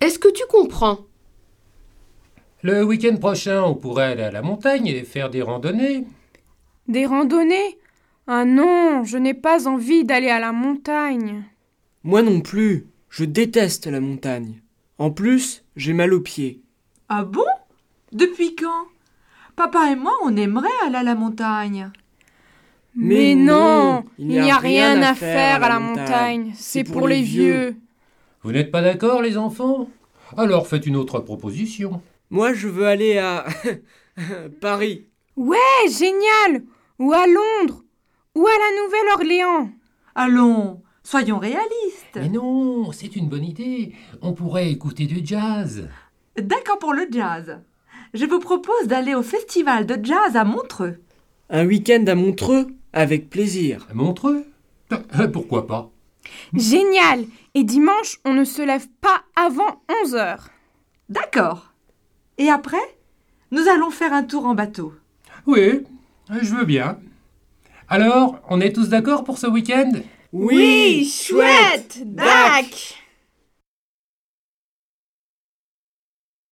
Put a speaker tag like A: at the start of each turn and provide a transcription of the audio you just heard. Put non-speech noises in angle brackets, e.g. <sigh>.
A: Est-ce que tu comprends
B: Le week-end prochain, on pourrait aller à la montagne et faire des randonnées.
C: Des randonnées Ah non, je n'ai pas envie d'aller à la montagne.
D: Moi non plus, je déteste la montagne. En plus, j'ai mal aux pieds.
E: Ah bon Depuis quand Papa et moi, on aimerait aller à la montagne.
D: Mais non,
C: il n'y a, rien à faire à la montagne. C'est pour les vieux.
B: Vous n'êtes pas d'accord, les enfants Alors faites une autre proposition.
D: Moi je veux aller à <laughs> Paris.
C: Eh, génial Ou à Londres Ou à la Nouvelle-Orléans
E: Allons, soyons réalistes.
B: Mais non, c'est une bonne idée. On pourrait écouter du jazz.
E: D'accord pour le jazz. Je vous propose d'aller au festival de jazz à Montreux.
D: Un week-end à Montreux Avec plaisir.
B: Montreux Euh, Pourquoi pas
C: Génial Et dimanche, on ne se lève pas avant 11 heures.
E: D'accord. Et après, nous allons faire un tour en bateau.
B: Oui, je veux bien. Alors, on est tous d'accord pour ce week-end
D: Oui,
F: chouette, Dac